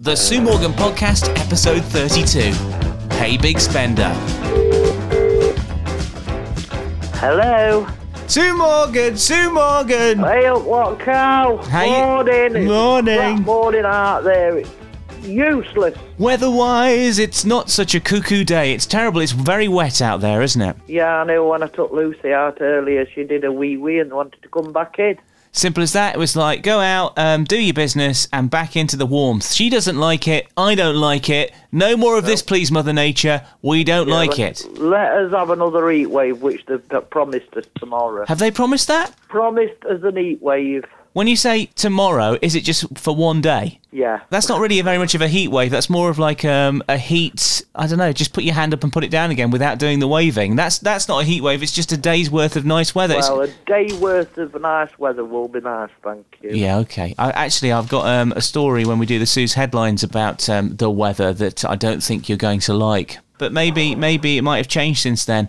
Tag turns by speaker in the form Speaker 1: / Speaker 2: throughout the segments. Speaker 1: The Sue Morgan Podcast, episode 32. Hey, Big Spender.
Speaker 2: Hello.
Speaker 1: Sue Morgan, Sue Morgan.
Speaker 2: Hey up, what cow?
Speaker 1: Hey.
Speaker 2: Morning. It's
Speaker 1: Morning.
Speaker 2: black morning out there. It's useless.
Speaker 1: Weather-wise, it's not such a cuckoo day. It's terrible. It's very wet out there, isn't it?
Speaker 2: Yeah, I know when I took Lucy out earlier, she did a wee wee and wanted to come back in.
Speaker 1: Simple as that. It was like, go out, um, do your business, and back into the warmth. She doesn't like it. I don't like it. No more of this, please, Mother Nature. We don't like
Speaker 2: Let-
Speaker 1: it.
Speaker 2: Let us have another heat wave, which they've got promised us tomorrow.
Speaker 1: Have they promised that?
Speaker 2: promised us an heat wave.
Speaker 1: When you say tomorrow, is it just for one day?
Speaker 2: Yeah.
Speaker 1: That's not really a very much of a heat wave. That's more of like um, a heat. I don't know. Just put your hand up and put it down again without doing the waving. That's that's not a heat wave. It's just a day's worth of nice weather. It's-
Speaker 2: well, a day worth of nice weather will be nice, thank you.
Speaker 1: yeah, okay. I, actually, I've got um, a story when we do the Sue's headlines about um, the weather that I don't think you're going to like. But maybe maybe it might have changed since then.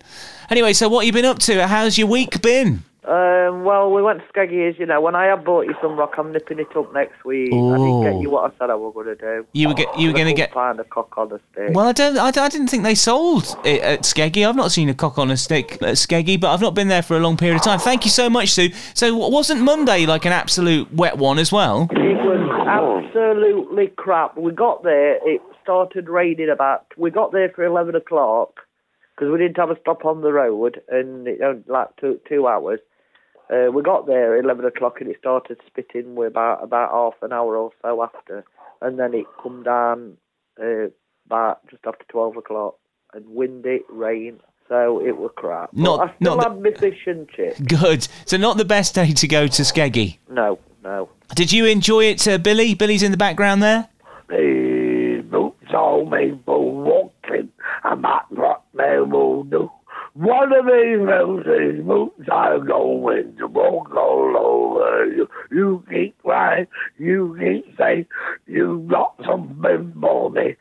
Speaker 1: Anyway, so what you been up to? How's your week been?
Speaker 2: Um, well, we went to Skeggy, as you know. When I have bought you some rock, I'm nipping it up next week. I didn't
Speaker 1: Ooh.
Speaker 2: get you what I said I was going to do.
Speaker 1: You were get- you were
Speaker 2: I
Speaker 1: gonna
Speaker 2: couldn't
Speaker 1: get-
Speaker 2: find a cock on a stick.
Speaker 1: Well, I don't. I, I didn't think they sold it at Skeggy. I've not seen a cock on a stick at Skeggy, but I've not been there for a long period of time. Thank you so much, Sue. So, w- wasn't Monday like an absolute wet one as well?
Speaker 2: It
Speaker 1: Mm,
Speaker 2: was absolutely crap. We got there, it started raining about. We got there for 11 o'clock because we didn't have a stop on the road and it only like two, two hours. Uh, we got there at 11 o'clock and it started spitting with about, about half an hour or so after. And then it come down uh, about just after 12 o'clock and windy, rain. So it was crap. But
Speaker 1: Not-
Speaker 2: I still
Speaker 1: not the-
Speaker 2: had my fish and chips.
Speaker 1: Good. So, not the best day to go to Skeggy.
Speaker 2: No, no.
Speaker 1: Did you enjoy it, uh, Billy? Billy's in the background there.
Speaker 3: These boots all made for walking. I might what they will do. One of these roses boots I'm going to walk all over you. You keep right, you keep safe. You got something for me.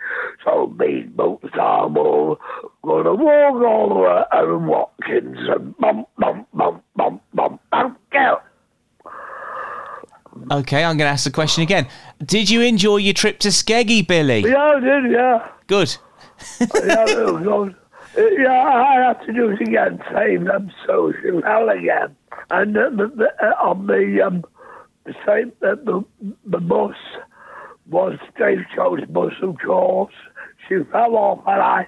Speaker 3: So these boots I'm all gonna walk over and Watkins and bump, bump, bump, bump, bump, bump, out.
Speaker 1: Okay, I'm going to ask the question again. Did you enjoy your trip to Skeggy, Billy?
Speaker 3: Yeah, I did, yeah.
Speaker 1: Good.
Speaker 3: yeah, it was good. Uh, yeah, I have to do it again, same um, social hell again. And uh, the, the, uh, on the um, the same uh, the, the bus was stagecoach bus, of course. She fell off, and I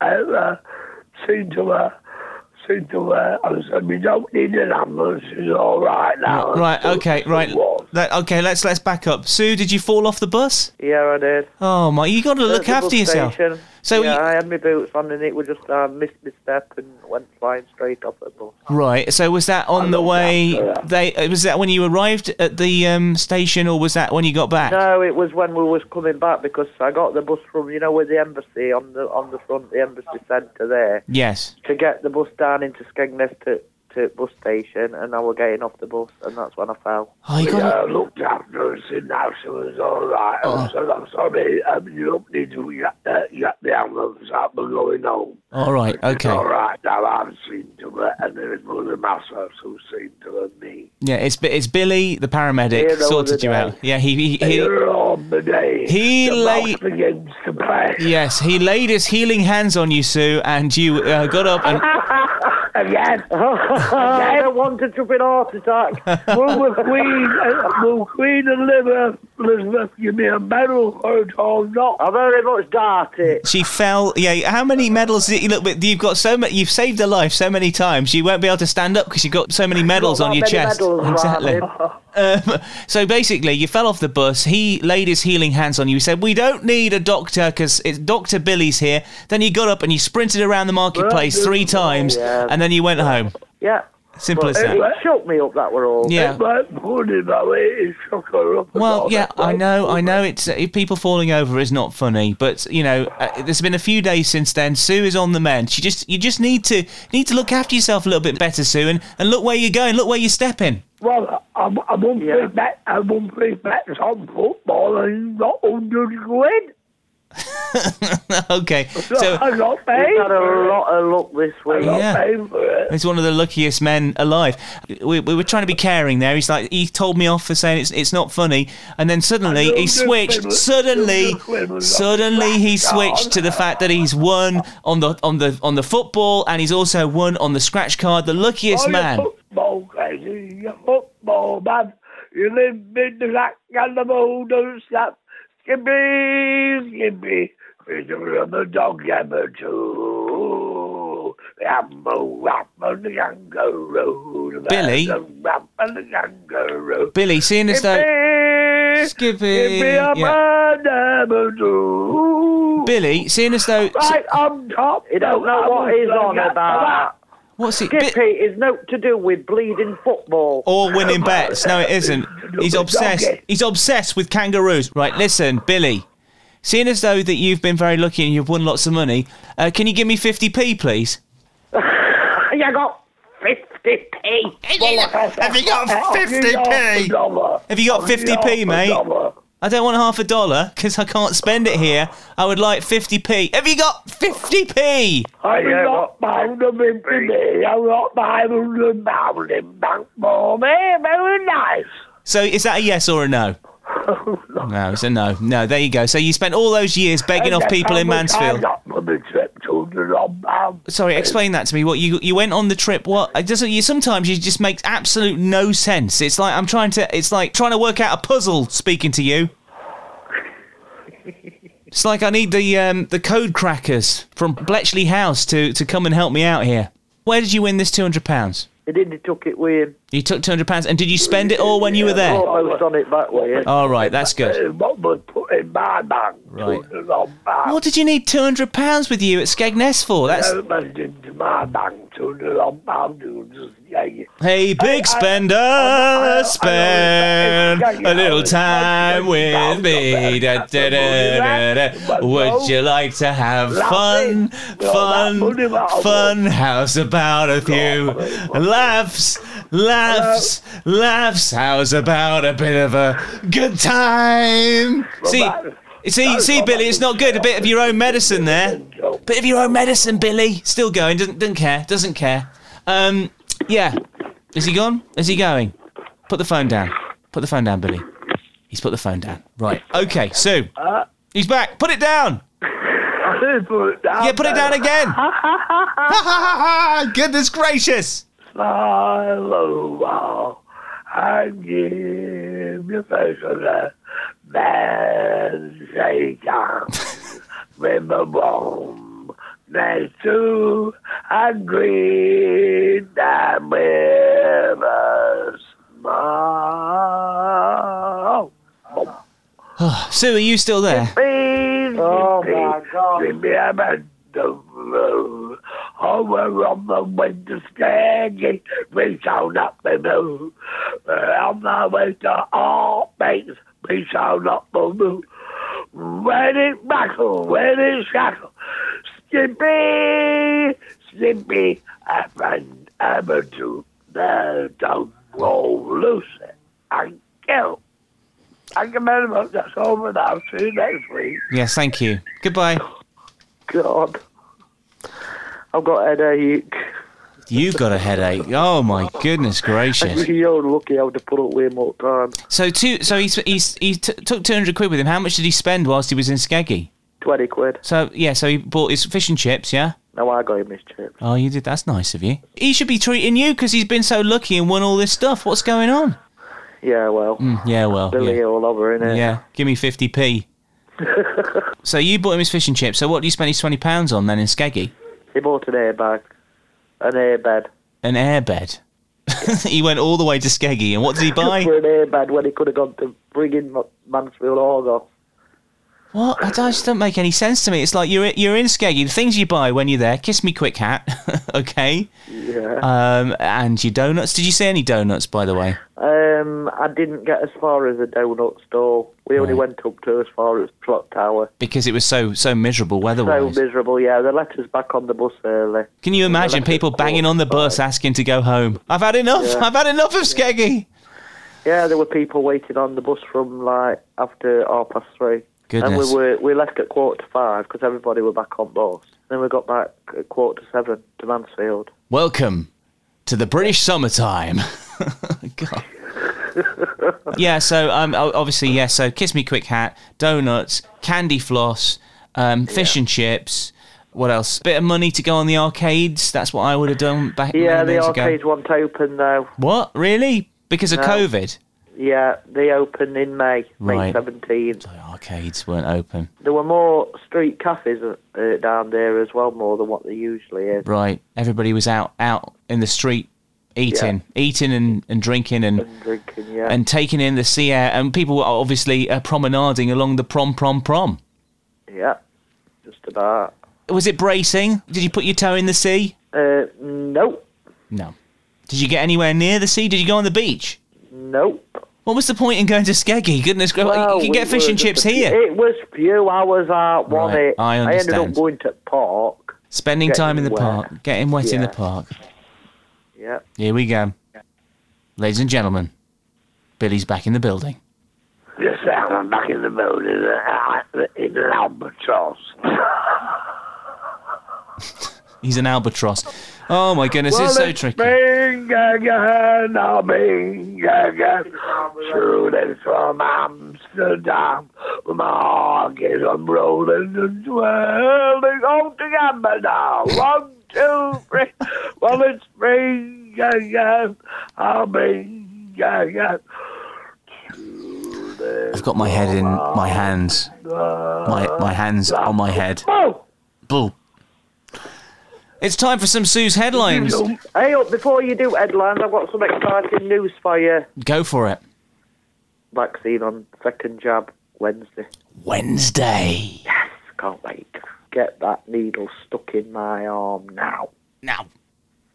Speaker 3: uh, uh, seemed to her. Seemed to her. I said, "We don't need an ambulance. She's all right now."
Speaker 1: Right.
Speaker 3: So
Speaker 1: Okay.
Speaker 3: she
Speaker 1: Right.
Speaker 3: was.
Speaker 1: That- okay. Let's let's back up. Sue, did you fall off the bus?
Speaker 2: Yeah, I did.
Speaker 1: Oh my! You got to look
Speaker 2: at
Speaker 1: after
Speaker 2: the bus
Speaker 1: yourself.
Speaker 2: station.
Speaker 1: So
Speaker 2: yeah,
Speaker 1: you-
Speaker 2: I had my boots on, and it was just I missed my step and went flying straight off the bus.
Speaker 1: Right. So was that on the
Speaker 3: looked
Speaker 1: way?
Speaker 3: after that.
Speaker 1: They uh, was that when you arrived at the um, station, or was that when you got back?
Speaker 2: No, it was when we was coming back because I got the bus from you know with the embassy on the on the front, the embassy centre there
Speaker 1: Yes.
Speaker 2: to get the bus down into Skegness to to bus station, and I was getting off the bus, and that's when I fell.
Speaker 1: Oh, you got.
Speaker 3: Yeah, looked after us and now she was all right.
Speaker 1: Oh.
Speaker 3: I said, I'm sorry, um, you don't need to get, uh, get the ambulance out, we're going home.
Speaker 1: All right.
Speaker 3: It's
Speaker 1: Okay.
Speaker 3: all right now, I've seen to her, and there is one of myself who's seen to her and me.
Speaker 1: Yeah. It's Bi- it's Billy, the paramedic,
Speaker 2: Hero of
Speaker 1: sorted
Speaker 2: the
Speaker 1: you
Speaker 2: day.
Speaker 1: out. Yeah. He he. he
Speaker 3: Here on the day,
Speaker 1: He
Speaker 3: the
Speaker 1: lay-
Speaker 3: mouse begins to play.
Speaker 1: Yes, he laid his healing hands on you, Sue, and you uh, got up and
Speaker 3: Again,
Speaker 2: I don't want to jump in a heart attack.
Speaker 3: will the Queen, uh, will Queen Elizabeth, Elizabeth give me a medal for it or not?
Speaker 1: Uh.
Speaker 2: I very much doubt it.
Speaker 1: she fell. Yeah, how many medals did you look? But you've got so many. You've saved her life so many times. You won't be able to stand up because you've got so many medals
Speaker 2: Not
Speaker 1: on
Speaker 2: that
Speaker 1: your
Speaker 2: many
Speaker 1: chest.
Speaker 2: medals,
Speaker 1: exactly.
Speaker 2: Ryan.
Speaker 1: Um, so basically, you fell off the bus. He laid his healing hands on you. He said, "We don't need a doctor because it's Doctor Billy's here." Then you got up and you sprinted around the marketplace three times,
Speaker 2: Yeah.
Speaker 1: and then you went home.
Speaker 2: Yeah,
Speaker 1: Simple as
Speaker 2: it
Speaker 1: that.
Speaker 2: shook me up. That were all.
Speaker 1: Yeah.
Speaker 3: But put it that way, it shook her up. and
Speaker 1: Well,
Speaker 3: all
Speaker 1: yeah,
Speaker 3: that.
Speaker 1: I know, I know. It's uh, people falling over is not funny, but you know, uh, there's been a few days since then. Sue is on the mend. She just, you just need to need to look after yourself a little bit better, Sue, and, and look where you're going, look where you're stepping.
Speaker 3: Well, I'm, I'm on
Speaker 2: Yeah.
Speaker 3: three bet. I'm on three bets on football, and you got hundred quid.
Speaker 1: okay.
Speaker 3: So,
Speaker 1: So
Speaker 3: I got
Speaker 2: He's
Speaker 3: paid.
Speaker 2: had a
Speaker 3: for it.
Speaker 2: lot of luck this
Speaker 3: I
Speaker 2: week.
Speaker 3: got
Speaker 1: Yeah.
Speaker 3: paid for it.
Speaker 1: he's one of the luckiest men alive. We, we were trying to be caring there. He's like, he told me off for saying it's it's not funny, and then suddenly
Speaker 3: I
Speaker 1: he
Speaker 3: don't
Speaker 1: switched.
Speaker 3: do
Speaker 1: Suddenly,
Speaker 3: I don't do
Speaker 1: suddenly he switched to the fact that he's won on the on the on the football, and he's also won on the scratch card. The luckiest
Speaker 3: Oh, you're
Speaker 1: man.
Speaker 3: Football, crazy. You're football, man. You live in the black and the moon don't stop. Skippy, skippy. It's a rubber dog, ever too. Rambo, rap, and the kangaroo.
Speaker 1: Billy?
Speaker 3: The rap and the kangaroo.
Speaker 1: Billy, seeing as though
Speaker 3: Skippy,
Speaker 1: Skippy,
Speaker 3: skippy, a
Speaker 1: yeah.
Speaker 3: man, ever too.
Speaker 1: Billy, seeing as though
Speaker 3: Right on top.
Speaker 2: You don't know what he's on about.
Speaker 1: what's it? Bi-
Speaker 2: Skippy is no to do with bleeding football.
Speaker 1: or winning bets. No, it isn't. He's obsessed. He's obsessed with kangaroos. Right, listen, Billy. Seeing as though that you've been very lucky and you've won lots of money, uh, can you give me 50p, please?
Speaker 2: You got 50p.
Speaker 3: Have
Speaker 1: you got 50p? Have you got 50p, mate? I don't want half a dollar because I can't spend it here. I would like 50p. Have you got 50p?
Speaker 3: I'm not bound of him today. I'm not bound of bound him back for me. Very nice.
Speaker 1: So is that a yes or a no? No, it's a no. No, there you go. So you spent all those years begging off people in
Speaker 3: I
Speaker 1: Mansfield.
Speaker 3: got for the trip to the Lombard.
Speaker 1: Sorry, explain that to me. What you you went on the trip? What it doesn't you? Sometimes you just makes absolute no sense. It's like I'm trying to. It's like trying to work out a puzzle. Speaking to you, it's like I need the um, the code crackers from Bletchley House to to come and help me out here. Where did you win this two hundred pounds?
Speaker 2: He didn't he took it with him.
Speaker 1: You took two hundred pounds, and did you spend it all when you were there? Oh.
Speaker 2: Almost on it back with him.
Speaker 1: All right, that's good.
Speaker 3: What was put in my bag
Speaker 1: Right.
Speaker 3: to the Lombard.
Speaker 1: What did you need two hundred pounds with you at Skegness for? That's
Speaker 3: What was into my bag to the Lombard? You just take it.
Speaker 1: Hey, big
Speaker 3: I- I-
Speaker 1: spender,
Speaker 3: I- I-
Speaker 1: spend
Speaker 3: I- I-
Speaker 1: a little time with me. Da, da, da, da, da. Would you like to have fun? Fun, fun. How's about a few laughs, laughs, laughs? How's about a bit of a good time? See, see, see, Billy, it's not good. A bit of your own medicine there. Bit of your own medicine, Billy. Still going. Doesn't doesn't care. Doesn't care. Um, yeah. Is he gone? Is he going? Put the phone down. Put the phone down, Billy. He's put the phone down. Right. Okay. Sue. He's back. Put it down.
Speaker 3: I did put it down.
Speaker 1: Yeah. Put it down again. Goodness gracious.
Speaker 3: Hello, I give you face of the man shaker with a bomb next to a green and with a smile.
Speaker 1: Sue, are you still there?
Speaker 3: Please,
Speaker 2: Oh,
Speaker 3: please,
Speaker 2: my God.
Speaker 3: give me a man the moon. Over on the winter skanking, we shall not be moved. We're on the way to all things, we shall not be moved. When it rattle, when it shackle, Skippy, Skippy, a friend, amateur, there don't roll loose and kill. Thank you very much. That's all for now. See you next week.
Speaker 1: Yes. Thank you. Goodbye.
Speaker 2: God. I've got a headache.
Speaker 1: You've got a headache. Oh my goodness gracious.
Speaker 2: You're lucky I would have put up way more time.
Speaker 1: So two. So he he he t- took two hundred quid with him. How much did he spend whilst he was in Skeggy?
Speaker 2: 20 quid.
Speaker 1: So yeah. So he bought his fish and chips. Yeah.
Speaker 2: Now I got him his chips.
Speaker 1: Oh, you did. That's nice of you. He should be treating you because he's been so lucky and won all this stuff. What's going on?
Speaker 2: Yeah, well.
Speaker 1: Hmm, Yeah, well,
Speaker 2: Billy
Speaker 1: Mm, yeah.
Speaker 2: all over, innit?
Speaker 1: yeah. Give me fifty p. so you bought him his fish and chips. So what do you spend his twenty pounds on then in Skeggy?
Speaker 2: He bought an airbag. An airbed.
Speaker 1: An airbed. he went all the way to Skeggy, and what did he buy?
Speaker 2: For an airbed when he could have gone to frigging Ma- Mansfield Orgo.
Speaker 1: what? I don't- it just don't make any sense to me. It's like you're you're in Skeggy. The things you buy when you're there: kiss me, quick hat, okay,
Speaker 2: Yeah.
Speaker 1: um, and your donuts. Did you see any donuts, by the way?
Speaker 2: Um, I didn't get as far as the donut store. We only went up to as far as Clock Tower.
Speaker 1: Because it was so so miserable
Speaker 2: So
Speaker 1: weather-wise.
Speaker 2: miserable, yeah. They let us back on the bus early.
Speaker 1: Can you imagine
Speaker 2: like a
Speaker 1: people banging on the bus asking to go home? I've had enough.
Speaker 2: Yeah.
Speaker 1: I've had enough of Skeggy.
Speaker 2: Yeah, there were people waiting on the bus from like after half past three.
Speaker 1: Goodness.
Speaker 2: And we were we left at quarter to five because everybody were back on bus. Then we got back at quarter to seven to Mansfield.
Speaker 1: Welcome to the British summertime. God. yeah, so um, o- obviously, yeah, so Kiss Me Quick Hat, donuts, candy floss, um, fish and chips. What else? Bit of money to go on the arcades. That's what I would have done back
Speaker 2: Yeah,
Speaker 1: many
Speaker 2: the
Speaker 1: days
Speaker 2: arcades
Speaker 1: ago.
Speaker 2: won't open though.
Speaker 1: What? Really? Because of
Speaker 2: No.
Speaker 1: COVID?
Speaker 2: Yeah, they open in May, May
Speaker 1: Right.
Speaker 2: seventeenth.
Speaker 1: The arcades weren't open.
Speaker 2: There were more street cafes uh, down there as well, more than what there usually is.
Speaker 1: Right. Everybody was out out in the street eating, eating and, and drinking and
Speaker 2: And drinking, yeah.
Speaker 1: and taking in the sea air, and people were obviously uh, promenading along the prom, prom, prom.
Speaker 2: yeah, just about.
Speaker 1: Was it bracing? Did you put your toe in the sea?
Speaker 2: Uh, nope,
Speaker 1: No. Did you get anywhere near the sea? Did you go on the beach?
Speaker 2: nope.
Speaker 1: What was the point in going to Skeggy? Goodness gracious,
Speaker 2: Well,
Speaker 1: you can
Speaker 2: we
Speaker 1: get fish
Speaker 2: were
Speaker 1: and
Speaker 2: just
Speaker 1: chips
Speaker 2: a few-
Speaker 1: here.
Speaker 2: It was few hours uh, out, wasn't
Speaker 1: Right,
Speaker 2: it?
Speaker 1: I
Speaker 2: ended up
Speaker 1: understand.
Speaker 2: going to park.
Speaker 1: Spending
Speaker 2: getting
Speaker 1: time in the
Speaker 2: wet.
Speaker 1: park, getting wet in the
Speaker 2: Yeah.
Speaker 1: park.
Speaker 2: Yeah,
Speaker 1: Here we go. Ladies and gentlemen, Billy's back in the building.
Speaker 3: Yes, sir, I'm back in the building uh, in an albatross.
Speaker 1: He's an albatross. Oh my goodness, it's so tricky.
Speaker 3: Bing again, oh, bing again. Students from Amsterdam, my heart is unrolling and twirling all together now. One, two, three. Well, it's bing again, oh, bing again.
Speaker 1: I've got my head in my hands. My, my hands on my head.
Speaker 3: Oh,
Speaker 1: Boo. It's time for some Sue's headlines.
Speaker 2: Hey, up before you do headlines, I've got some exciting news for you.
Speaker 1: Go for it.
Speaker 2: Vaccine on second jab Wednesday.
Speaker 1: Wednesday.
Speaker 2: Can't wait. Get that needle stuck in my arm now.
Speaker 1: Now.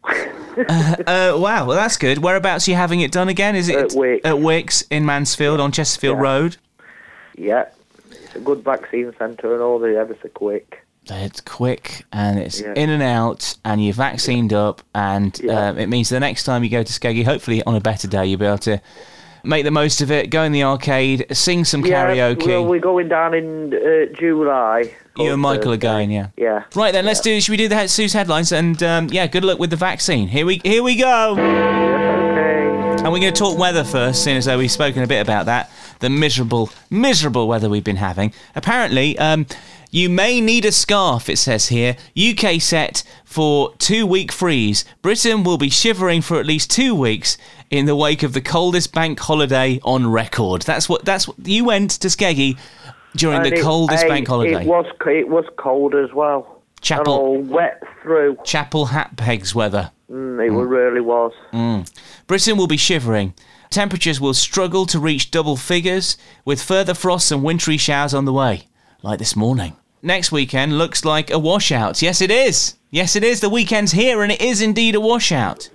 Speaker 1: uh, wow, well, that's good. Whereabouts are you having it done again? Is it
Speaker 2: At Wick.
Speaker 1: at Wicks in Mansfield on Chesterfield
Speaker 2: Yeah.
Speaker 1: Road?
Speaker 2: Yeah, it's a good vaccine centre and all. They ever so quick.
Speaker 1: It's quick and it's
Speaker 2: Yeah.
Speaker 1: in and out, and you're vaccinated up, and
Speaker 2: Yeah.
Speaker 1: um, it means the next time you go to Skeggy, hopefully on a better day, you'll be able to make the most of it, go in the arcade, sing some karaoke.
Speaker 2: Yeah, well, we're going down in uh, July.
Speaker 1: you and Michael are going, yeah.
Speaker 2: Yeah.
Speaker 1: Right then, let's do. Should we do the head, Sue's headlines? And um, yeah, good luck with the vaccine. Here we here we go.
Speaker 2: Okay.
Speaker 1: And we're going to talk weather first, seeing as though we've spoken a bit about that. The miserable, miserable weather we've been having. Apparently, um, you may need a scarf. It says here. UK set for two week freeze. Britain will be shivering for at least two weeks in the wake of the coldest bank holiday on record. That's what. That's what you went to Skeggy during
Speaker 2: And
Speaker 1: the
Speaker 2: it-
Speaker 1: coldest
Speaker 2: hey,
Speaker 1: bank holiday.
Speaker 2: It was co- it was cold as well.
Speaker 1: Chapel-
Speaker 2: And all wet through.
Speaker 1: Chapel hat pegs weather.
Speaker 2: Mm, it really was.
Speaker 1: Mm. Britain will be shivering. Temperatures will struggle to reach double figures, with further frosts and wintry showers on the way, like this morning. Next weekend looks like a washout. Yes, it is. Yes, it is. The weekend's here, and it is indeed a washout.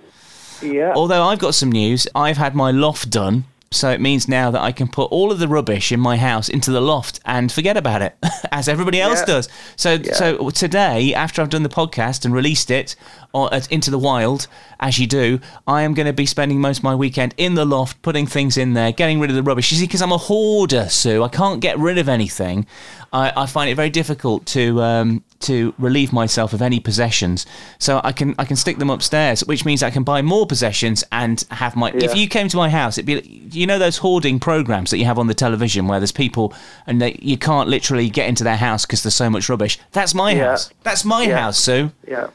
Speaker 2: Yeah.
Speaker 1: Although I've got some news, I've had my loft done, so it means now that I can put all of the rubbish in my house into the loft and forget about it, as everybody else
Speaker 2: Yeah.
Speaker 1: does. So, so today, after I've done the podcast and released it on, at, into the wild, as you do, I am going to be spending most of my weekend in the loft, putting things in there, getting rid of the rubbish. You see, because I'm a hoarder, Sue, I can't get rid of anything. I, I find it very difficult to um, to relieve myself of any possessions. So I can I can stick them upstairs, which means I can buy more possessions and have my. If
Speaker 2: Yeah.
Speaker 1: you came to my house, it'd be you know those hoarding programs that you have on the television where there's people and they, you can't literally get into their house because there's so much rubbish. That's my
Speaker 2: Yeah.
Speaker 1: house. That's my
Speaker 2: Yeah.
Speaker 1: house, Sue.
Speaker 2: yeah.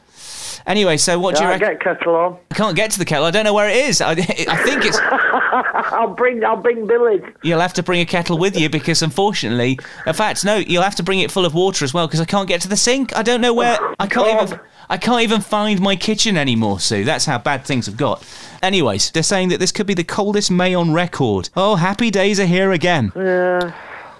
Speaker 1: Anyway, so what do you
Speaker 2: I
Speaker 1: reckon?
Speaker 2: get kettle on.
Speaker 1: I can't get to the kettle. I don't know where it is. I, I think it's.
Speaker 2: I'll bring I'll bring Billy.
Speaker 1: You'll have to bring a kettle with you because, unfortunately, in fact, no, you'll have to bring it full of water as well because I can't get to the sink. I don't know where. I can't even. I can't even find my kitchen anymore, Sue. That's how bad things have got. Anyways, they're saying that this could be the coldest May on record. Oh, happy days are here again.
Speaker 2: Yeah.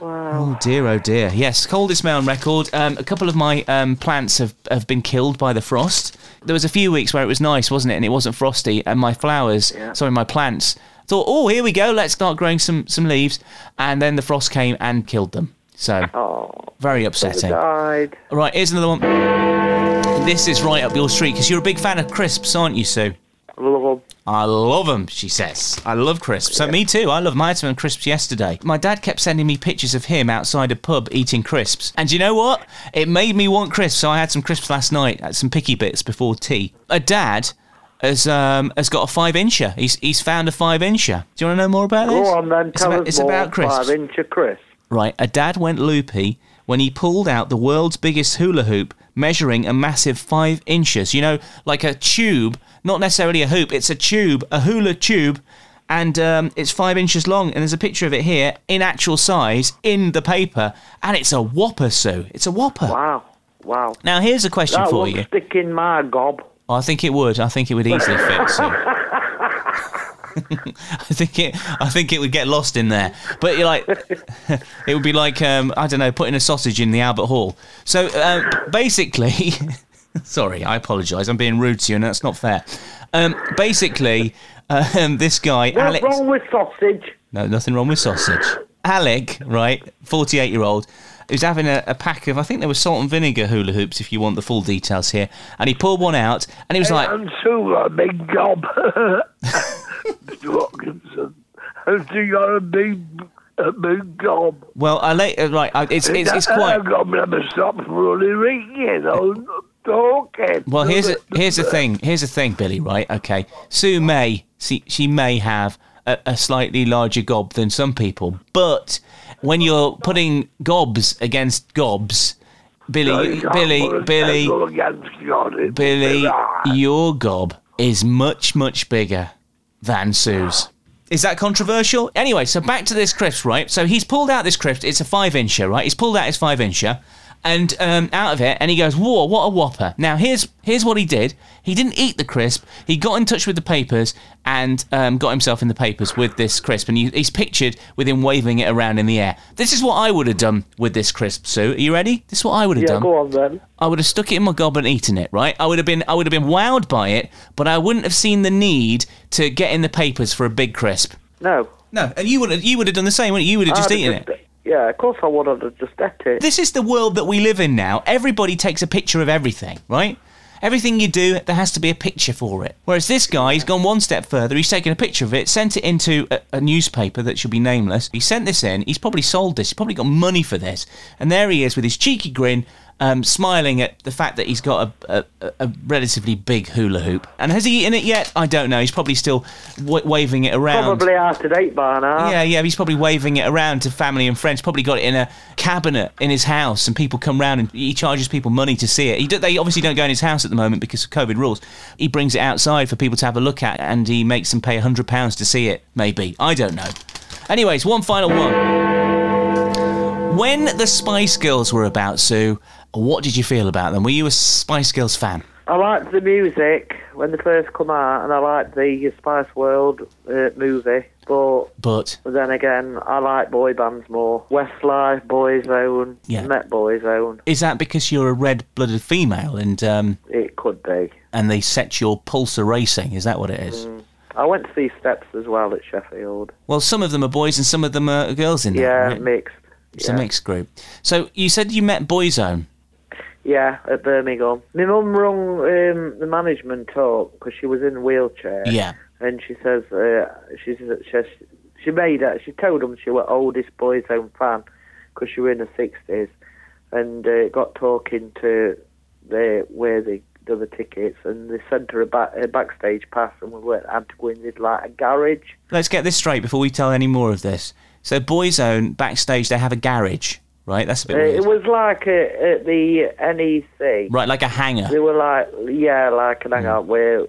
Speaker 1: Oh dear, oh dear. Yes, coldest May on record. Um, a couple of my um, plants have, have been killed by the frost. There was a few weeks where it was nice, wasn't it? And it wasn't frosty, and my flowers, sorry, my plants thought, oh, here we go, let's start growing some some leaves, and then the frost came and killed them. So
Speaker 2: Oh,
Speaker 1: very upsetting.
Speaker 2: died.
Speaker 1: Right, here's another one. This is right up your street because you're a big fan of crisps, aren't you, Sue?
Speaker 2: Love 'em.
Speaker 1: I love them, she says. I love crisps. So me too. I love my some crisps yesterday. My dad kept sending me pictures of him outside a pub eating crisps. And you know what? It made me want crisps. So I had some crisps last night, had some picky bits before tea. A dad has um, has got a five incher. He's he's found a five incher. Do you want to know more about this?
Speaker 2: Go on then,
Speaker 1: It's
Speaker 2: tell
Speaker 1: about,
Speaker 2: us
Speaker 1: it's
Speaker 2: more.
Speaker 1: about crisps.
Speaker 2: Five inch of crisp.
Speaker 1: Right, a dad went loopy when he pulled out the world's biggest hula hoop, measuring a massive five inches. You know, like a tube, not necessarily a hoop, it's a tube, a hula tube, and um, it's five inches long. And there's a picture of it here in actual size in the paper, and it's a whopper, Sue. It's a whopper.
Speaker 2: Wow, wow.
Speaker 1: Now, here's a question
Speaker 2: That
Speaker 1: for
Speaker 2: would
Speaker 1: you.
Speaker 2: stick in my gob.
Speaker 1: Oh, I think it would. I think it would easily fit. Sue. I think it. I think it would get lost in there. But you're like, it would be like um, I don't know, putting a sausage in the Albert Hall. So uh, basically, sorry, I apologise. I'm being rude to you, and that's not fair. Um, basically, um, this guy
Speaker 2: What's
Speaker 1: Alex.
Speaker 2: wrong with sausage?
Speaker 1: No, nothing wrong with sausage. Alec, right, 48 year old, who's having a, a pack of, I think there was salt and vinegar hula hoops, if you want the full details here. And he pulled one out and he was like,
Speaker 3: And so a big job. Mr. Watkinson. And she got a big, a big job.
Speaker 1: Well, I like uh, right. I, it's it's, it's quite.
Speaker 3: I've got me to stop running ring, you know, talking.
Speaker 1: Well, here's a, here's the thing. Here's the thing, Billy. Right? Okay. Sue may see she may have a, a slightly larger gob than some people, but when you're putting gobs against gobs, Billy, Billy, Billy,
Speaker 3: Billy,
Speaker 1: Billy, your gob is much, much bigger than Sue's. Is that controversial? Anyway, so back to this crisp, right? So he's pulled out this crisp. It's a five incher, right? He's pulled out his five incher, and um, out of it, and he goes, "Whoa, what a whopper!" Now here's here's what he did. He didn't eat the crisp. He got in touch with the papers and um, got himself in the papers with this crisp, and he, he's pictured with him waving it around in the air. This is what I would have done with this crisp, Sue. Are you ready? This is what I would have
Speaker 2: Yeah,
Speaker 1: done.
Speaker 2: go on then.
Speaker 1: I would have stuck it in my gob and eaten it, right? I would have been I would have been wowed by it, but I wouldn't have seen the need to get in the papers for a big crisp.
Speaker 2: No.
Speaker 1: No, and you would have, you would have done the same, wouldn't you? You would have just
Speaker 2: I'd
Speaker 1: eaten
Speaker 2: have
Speaker 1: it.
Speaker 2: just- Yeah, of course I would have just ate it.
Speaker 1: This is the world that we live in now. Everybody takes a picture of everything, right? Everything you do, there has to be a picture for it. Whereas this guy, he's gone one step further. He's taken a picture of it, sent it into a, a newspaper that should be nameless. He sent this in. He's probably sold this. He's probably got money for this. And there he is with his cheeky grin, um, smiling at the fact that he's got a, a, a relatively big hula hoop. And has he eaten it yet? I don't know. He's probably still w- waving it around.
Speaker 2: Probably out of date by now.
Speaker 1: Yeah, yeah, he's probably waving it around to family and friends. Probably got it in a cabinet in his house, and people come round and he charges people money to see it. He do, they obviously don't go in his house at the moment because of COVID rules. He brings it outside for people to have a look at, and he makes them pay hundred pounds to see it. Maybe I don't know. Anyways, one final one. When the Spice Girls were about, Sue, what did you feel about them? Were you a Spice Girls fan?
Speaker 2: I liked the music when they first come out, and I liked the Spice World uh, movie. But
Speaker 1: But
Speaker 2: then again, I like boy bands more. Westlife, Boyzone,
Speaker 1: Yeah.
Speaker 2: Met Boyzone.
Speaker 1: is that because you're a red-blooded female and um,
Speaker 2: It could be.
Speaker 1: and they set your pulse a racing? Is that what it is?
Speaker 2: I went to see Steps as well at Sheffield.
Speaker 1: Well, some of them are boys and some of them are girls in there.
Speaker 2: Yeah,
Speaker 1: right?
Speaker 2: mixed.
Speaker 1: it's
Speaker 2: yeah.
Speaker 1: a mixed group. So you said you met Boyzone.
Speaker 2: Yeah, at Birmingham. My mum rung um, the management talk because she was in a wheelchair.
Speaker 1: Yeah.
Speaker 2: And she says, uh, she, says she, she made it, she told them she was oldest boys own fan because she was in her 60s and uh, got talking to the, where they do the tickets and they sent her a, back, a backstage pass and we weren't had to go in, they'd like a garage.
Speaker 1: Let's get this straight before we tell any more of this. So Boyzone backstage, they have a garage, right? That's a bit
Speaker 2: Uh,
Speaker 1: weird.
Speaker 2: it was like uh at the E NEC.
Speaker 1: right, like a hangar.
Speaker 2: They were like, yeah, like
Speaker 1: Mm.
Speaker 2: an hangout where,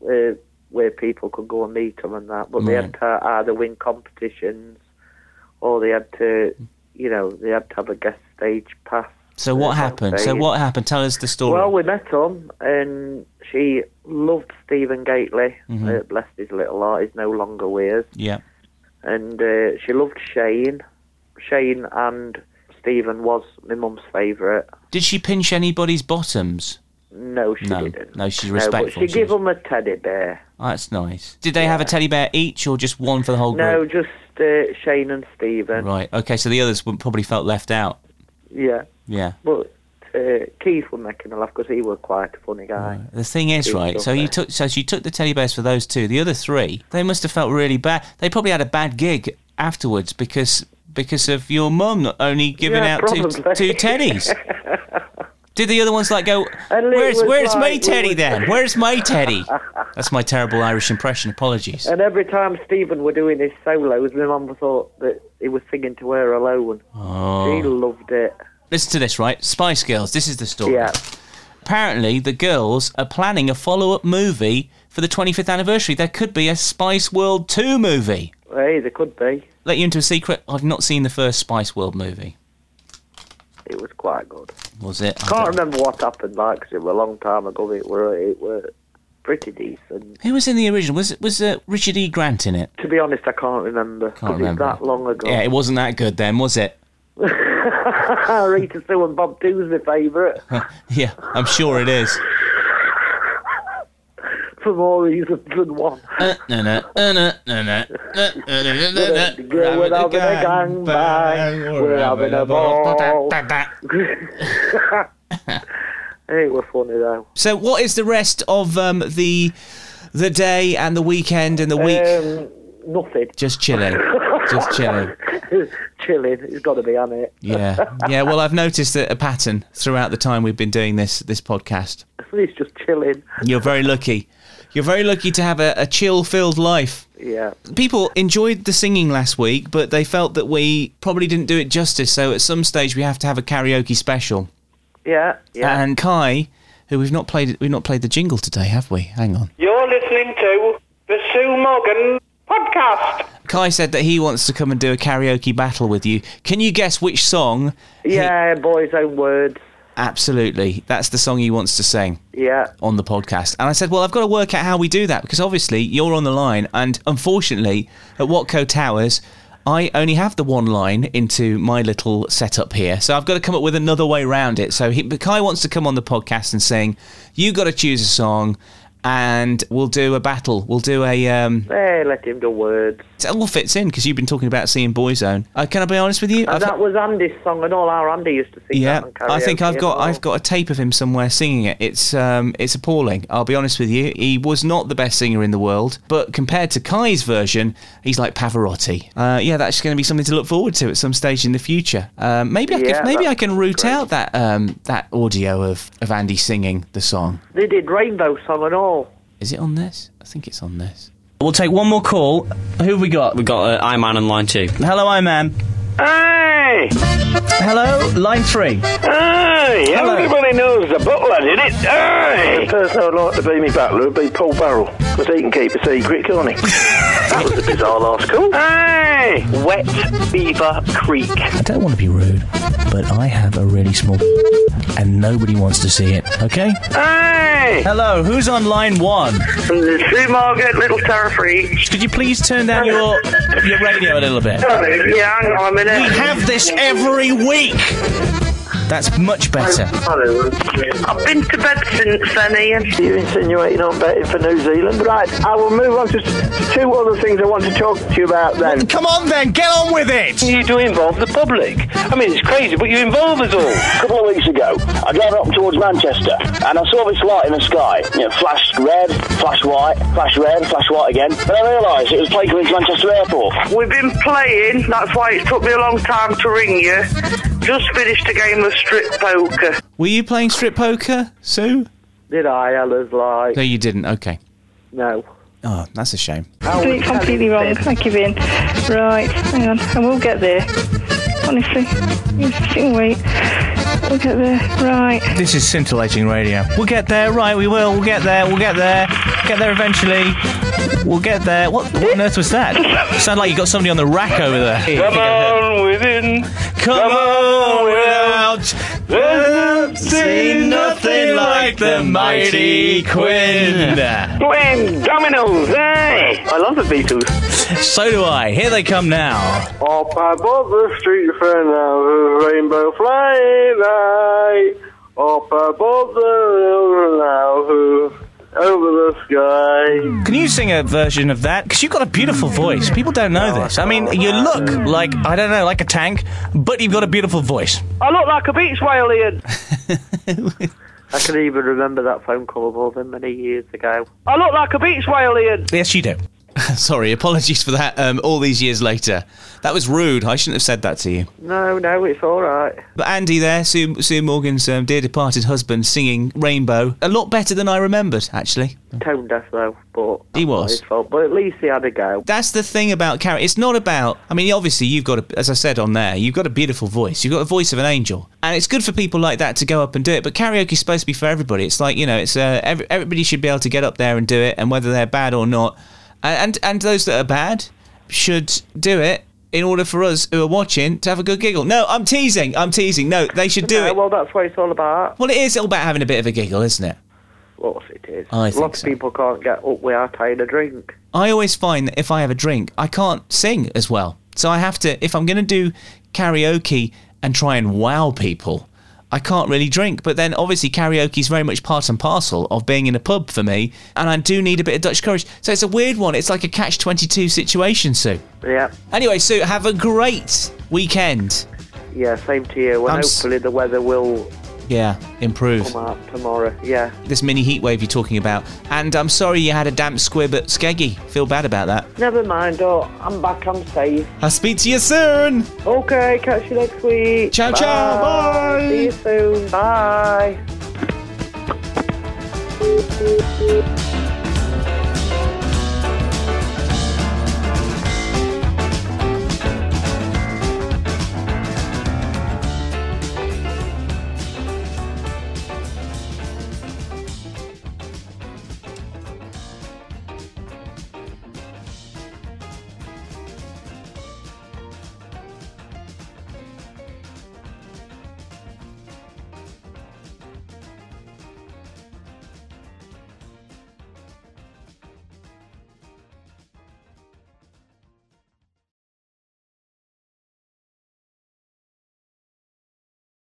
Speaker 2: where where people could go and meet them and that. But they had to either win competitions or they had to, you know, they had to have a guest stage pass.
Speaker 1: So what
Speaker 2: Uh,
Speaker 1: happened? So
Speaker 2: backstage.
Speaker 1: what happened? Tell us the story.
Speaker 2: Well, we met them and she loved Stephen Gately.
Speaker 1: Mm-hmm.
Speaker 2: Uh, bless his little heart, he's no longer with us.
Speaker 1: yeah.
Speaker 2: And uh, she loved Shane. Shane and Stephen was my mum's favourite.
Speaker 1: Did she pinch anybody's bottoms?
Speaker 2: No, she
Speaker 1: No.
Speaker 2: didn't.
Speaker 1: No, she's
Speaker 2: No,
Speaker 1: respectful. She
Speaker 2: but she gave
Speaker 1: was-
Speaker 2: him a teddy bear.
Speaker 1: Oh, that's nice. Did they have a teddy bear each, or just one for the whole
Speaker 2: No,
Speaker 1: group?
Speaker 2: just uh, Shane and Stephen.
Speaker 1: Right. Okay. So the others would- probably felt left out.
Speaker 2: Yeah,
Speaker 1: Yeah.
Speaker 2: but uh, Keith were making a laugh because he was quite a funny guy.
Speaker 1: The thing is,
Speaker 2: It's
Speaker 1: right? So
Speaker 2: okay.
Speaker 1: you took, so she took the teddy bears for those two. The other three, they must have felt really bad. They probably had a bad gig afterwards because because of your mum not only giving
Speaker 2: Yeah,
Speaker 1: out two,
Speaker 2: probably.
Speaker 1: two teddies. Did the other ones like go?
Speaker 2: And it
Speaker 1: Where's
Speaker 2: was
Speaker 1: where's my
Speaker 2: like-
Speaker 1: teddy then? Where's my teddy? That's my terrible Irish impression. Apologies.
Speaker 2: And every time Stephen were doing his solos, my mum thought that he was singing to her alone. She
Speaker 1: Oh.
Speaker 2: loved it.
Speaker 1: Listen to this, right? Spice Girls. This is the story.
Speaker 2: Yeah.
Speaker 1: Apparently, the girls are planning a follow-up movie for the 25th anniversary. There could be a Spice World 2 movie.
Speaker 2: Hey, there could be.
Speaker 1: let you into a secret. I've not seen the first Spice World movie.
Speaker 2: It was quite good.
Speaker 1: Was it? I
Speaker 2: Can't
Speaker 1: don't-
Speaker 2: remember what happened, like, 'cause it was a long time ago. but It were it were pretty decent.
Speaker 1: Who was in the original? Was was uh, Richard E. Grant in it?
Speaker 2: To be honest, I can't remember because it's
Speaker 1: remember.
Speaker 2: that long ago.
Speaker 1: Yeah, it wasn't that good then, was it?
Speaker 2: Rita Sue and Bob Two's my favourite
Speaker 1: Yeah, I'm sure it is.
Speaker 2: for more reasons than one.
Speaker 1: Uh, na, na, uh, na, na, na, na, na, na, na, na.
Speaker 2: Girl, we're having a gang bang. We're having a ball.
Speaker 1: Da, da, da.
Speaker 2: Hey, it was funny though.
Speaker 1: So, what is the rest of um, the the day and the weekend and the week?
Speaker 2: Um, nothing.
Speaker 1: Just chilling. Just chilling.
Speaker 2: Chilling. It's got to be on it.
Speaker 1: Yeah, yeah. Well, I've noticed a, a pattern throughout the time we've been doing this this podcast.
Speaker 2: It's just chilling.
Speaker 1: You're very lucky. You're very lucky to have a, a chill-filled life.
Speaker 2: Yeah.
Speaker 1: People enjoyed the singing last week, but they felt that we probably didn't do it justice. So at some stage, we have to have a karaoke special.
Speaker 2: Yeah. Yeah.
Speaker 1: And Kai, who we've not played, we've not played the jingle today, have we? Hang on.
Speaker 4: You're listening to the Sue Morgan podcast.
Speaker 1: Kai said that he wants to come and do a karaoke battle with you. Can you guess which song? he-
Speaker 2: yeah. Boys' own words.
Speaker 1: absolutely. That's the song he wants to sing.
Speaker 2: Yeah.
Speaker 1: on the podcast. And I said, Well, I've got to work out how we do that because obviously you're on the line. And unfortunately, at Watco Towers, I only have the one line into my little setup here. So I've got to come up with another way round it. So he, but Kai wants to come on the podcast and sing, You got to choose a song. And we'll do a battle. We'll do a. Um,
Speaker 2: Hey, let him do words.
Speaker 1: it all fits in because you've been talking about seeing Boyzone. Uh, can I be honest with you?
Speaker 2: And
Speaker 1: I've-
Speaker 2: that was Andy's song and all. Our Andy used to sing
Speaker 1: Yeah,
Speaker 2: that on karaoke.
Speaker 1: I think I've
Speaker 2: and
Speaker 1: got
Speaker 2: all.
Speaker 1: I've got a tape of him somewhere singing it. It's um it's appalling. I'll be honest with you. He was not the best singer in the world, but compared to Kai's version, he's like Pavarotti. Uh, yeah, that's going to be something to look forward to at some stage in the future. Um, maybe I
Speaker 2: Yeah,
Speaker 1: can, maybe I can
Speaker 2: that'd
Speaker 1: root
Speaker 2: be great.
Speaker 1: out that um that audio of of Andy singing the song.
Speaker 2: They did Rainbow Song and all.
Speaker 1: Is it on this? I think it's on this.
Speaker 5: We'll take one more call. Who have we got? We've got uh, Iman on line two.
Speaker 1: Hello, I man.
Speaker 4: Hey!
Speaker 1: Hello, line three.
Speaker 4: Hey!
Speaker 1: Hello.
Speaker 4: Everybody knows the butler, did it? Hey!
Speaker 6: The person I'd like to be my butler would be Paul Burrell, because he can keep a secret, can't he? that was a bizarre last call.
Speaker 4: Hey!
Speaker 6: Wet Beaver Creek.
Speaker 1: I don't want to be rude, but I have a really small and nobody wants to see it. Okay.
Speaker 4: Hey!
Speaker 1: Hello, who's on line one?
Speaker 4: From the Sue Morgan Little Tower Freak.
Speaker 1: Could you please turn down your your radio a little bit?
Speaker 4: Yeah, hang on a
Speaker 1: We
Speaker 4: minute.
Speaker 1: have this every week. That's much better.
Speaker 4: I've been to bed since then, Ian.
Speaker 6: You're insinuating I'm betting for New Zealand? Right, I will move on to s- two other things I want to talk to you about then.
Speaker 1: Come on then, get on with it.
Speaker 6: You do involve the public. I mean, it's crazy, but you involve us all. A couple of weeks ago, I drove up towards Manchester and I saw this light in the sky. You know, flashed red, flashed white, flashed red, flashed white again. But I realised it was Plaker's Manchester Airport.
Speaker 4: We've been playing, that's why it took me a long time to ring you. Just finished a game of strip poker.
Speaker 1: Were you playing strip poker, Sue?
Speaker 2: Did I? I was like,
Speaker 1: No, you didn't. Okay.
Speaker 2: no.
Speaker 1: Oh, that's a shame.
Speaker 2: I
Speaker 7: doing it completely wrong. I give in. Right, hang on, and we'll get there. Honestly, just sit and wait. We'll get there. Right.
Speaker 1: This is scintillating radio. We'll get there, right? We will. We'll get there. We'll get there. Get there eventually. We'll get there. What, what on earth was that? Sound like you got somebody on the rack over there. Come on within. Come on without. There's seen nothing like the mighty Quinn.
Speaker 4: Playing dominoes, eh?
Speaker 6: I love the Beatles.
Speaker 1: So do I. Here they come now.
Speaker 6: Up above the street for now, the rainbow flying high. Up above the river now, who- over the sky.
Speaker 1: Can you sing a version of that? Because you've got a beautiful voice. People don't know this. I mean, you look like I don't know, like a tank, but you've got a beautiful voice.
Speaker 6: I look like a beach whale, Ian.
Speaker 2: I can even remember that phone call of all them many years ago.
Speaker 4: I look like a beach whale, Ian.
Speaker 8: Yes, you do.
Speaker 1: Sorry, apologies for that. Um, all these years later, that was rude. I shouldn't have said that to you.
Speaker 2: No, no, it's all right.
Speaker 1: But Andy, there, Sue, Sue Morgan's um, dear departed husband, singing Rainbow, a lot better than I remembered. Actually,
Speaker 2: Tone deaf though, but
Speaker 1: He
Speaker 2: that's not
Speaker 1: was.
Speaker 2: his fault. But at least he had a go.
Speaker 1: that's the thing about Carrie. It's not about. I mean, obviously, you've got, a, as I said on there, you've got a beautiful voice. You've got a voice of an angel, and it's good for people like that to go up and do it. But karaoke's supposed to be for everybody. It's like you know, it's uh, every, everybody should be able to get up there and do it, and whether they're bad or not, and and, and those that are bad should do it. In order for us who are watching to have a good giggle. No, I'm teasing. I'm teasing. No, they should do
Speaker 2: No,
Speaker 1: it.
Speaker 2: Uh, Well, that's what it's all about.
Speaker 1: Well, it is all about having a bit of a giggle, isn't it?
Speaker 2: Of course it is.
Speaker 1: I
Speaker 2: a
Speaker 1: think
Speaker 2: lot
Speaker 1: so.
Speaker 2: of people can't get up without having a drink.
Speaker 1: I always find that if I have a drink, I can't sing as well. So I have to, if I'm going to do karaoke and try and wow people, I can't really drink. But then obviously, karaoke is very much part and parcel of being in a pub for me, and I do need a bit of Dutch courage. So it's a weird one. It's like a catch 22 situation, Sue.
Speaker 2: Yeah,
Speaker 1: Anyway, Sue, have a great weekend.
Speaker 2: yeah, same to you. And
Speaker 1: I'm s-
Speaker 2: hopefully the weather will
Speaker 1: Yeah, improve.
Speaker 2: come out tomorrow. Yeah.
Speaker 1: This mini heat wave you're talking about. And I'm sorry you had a damp squib at Skeggy. Feel bad about that.
Speaker 2: Never mind. Oh, I'm back. I'm safe.
Speaker 1: I'll speak to you soon.
Speaker 2: Okay, catch you next week.
Speaker 1: Ciao,
Speaker 2: bye.
Speaker 1: ciao, bye.
Speaker 2: See you soon. Bye.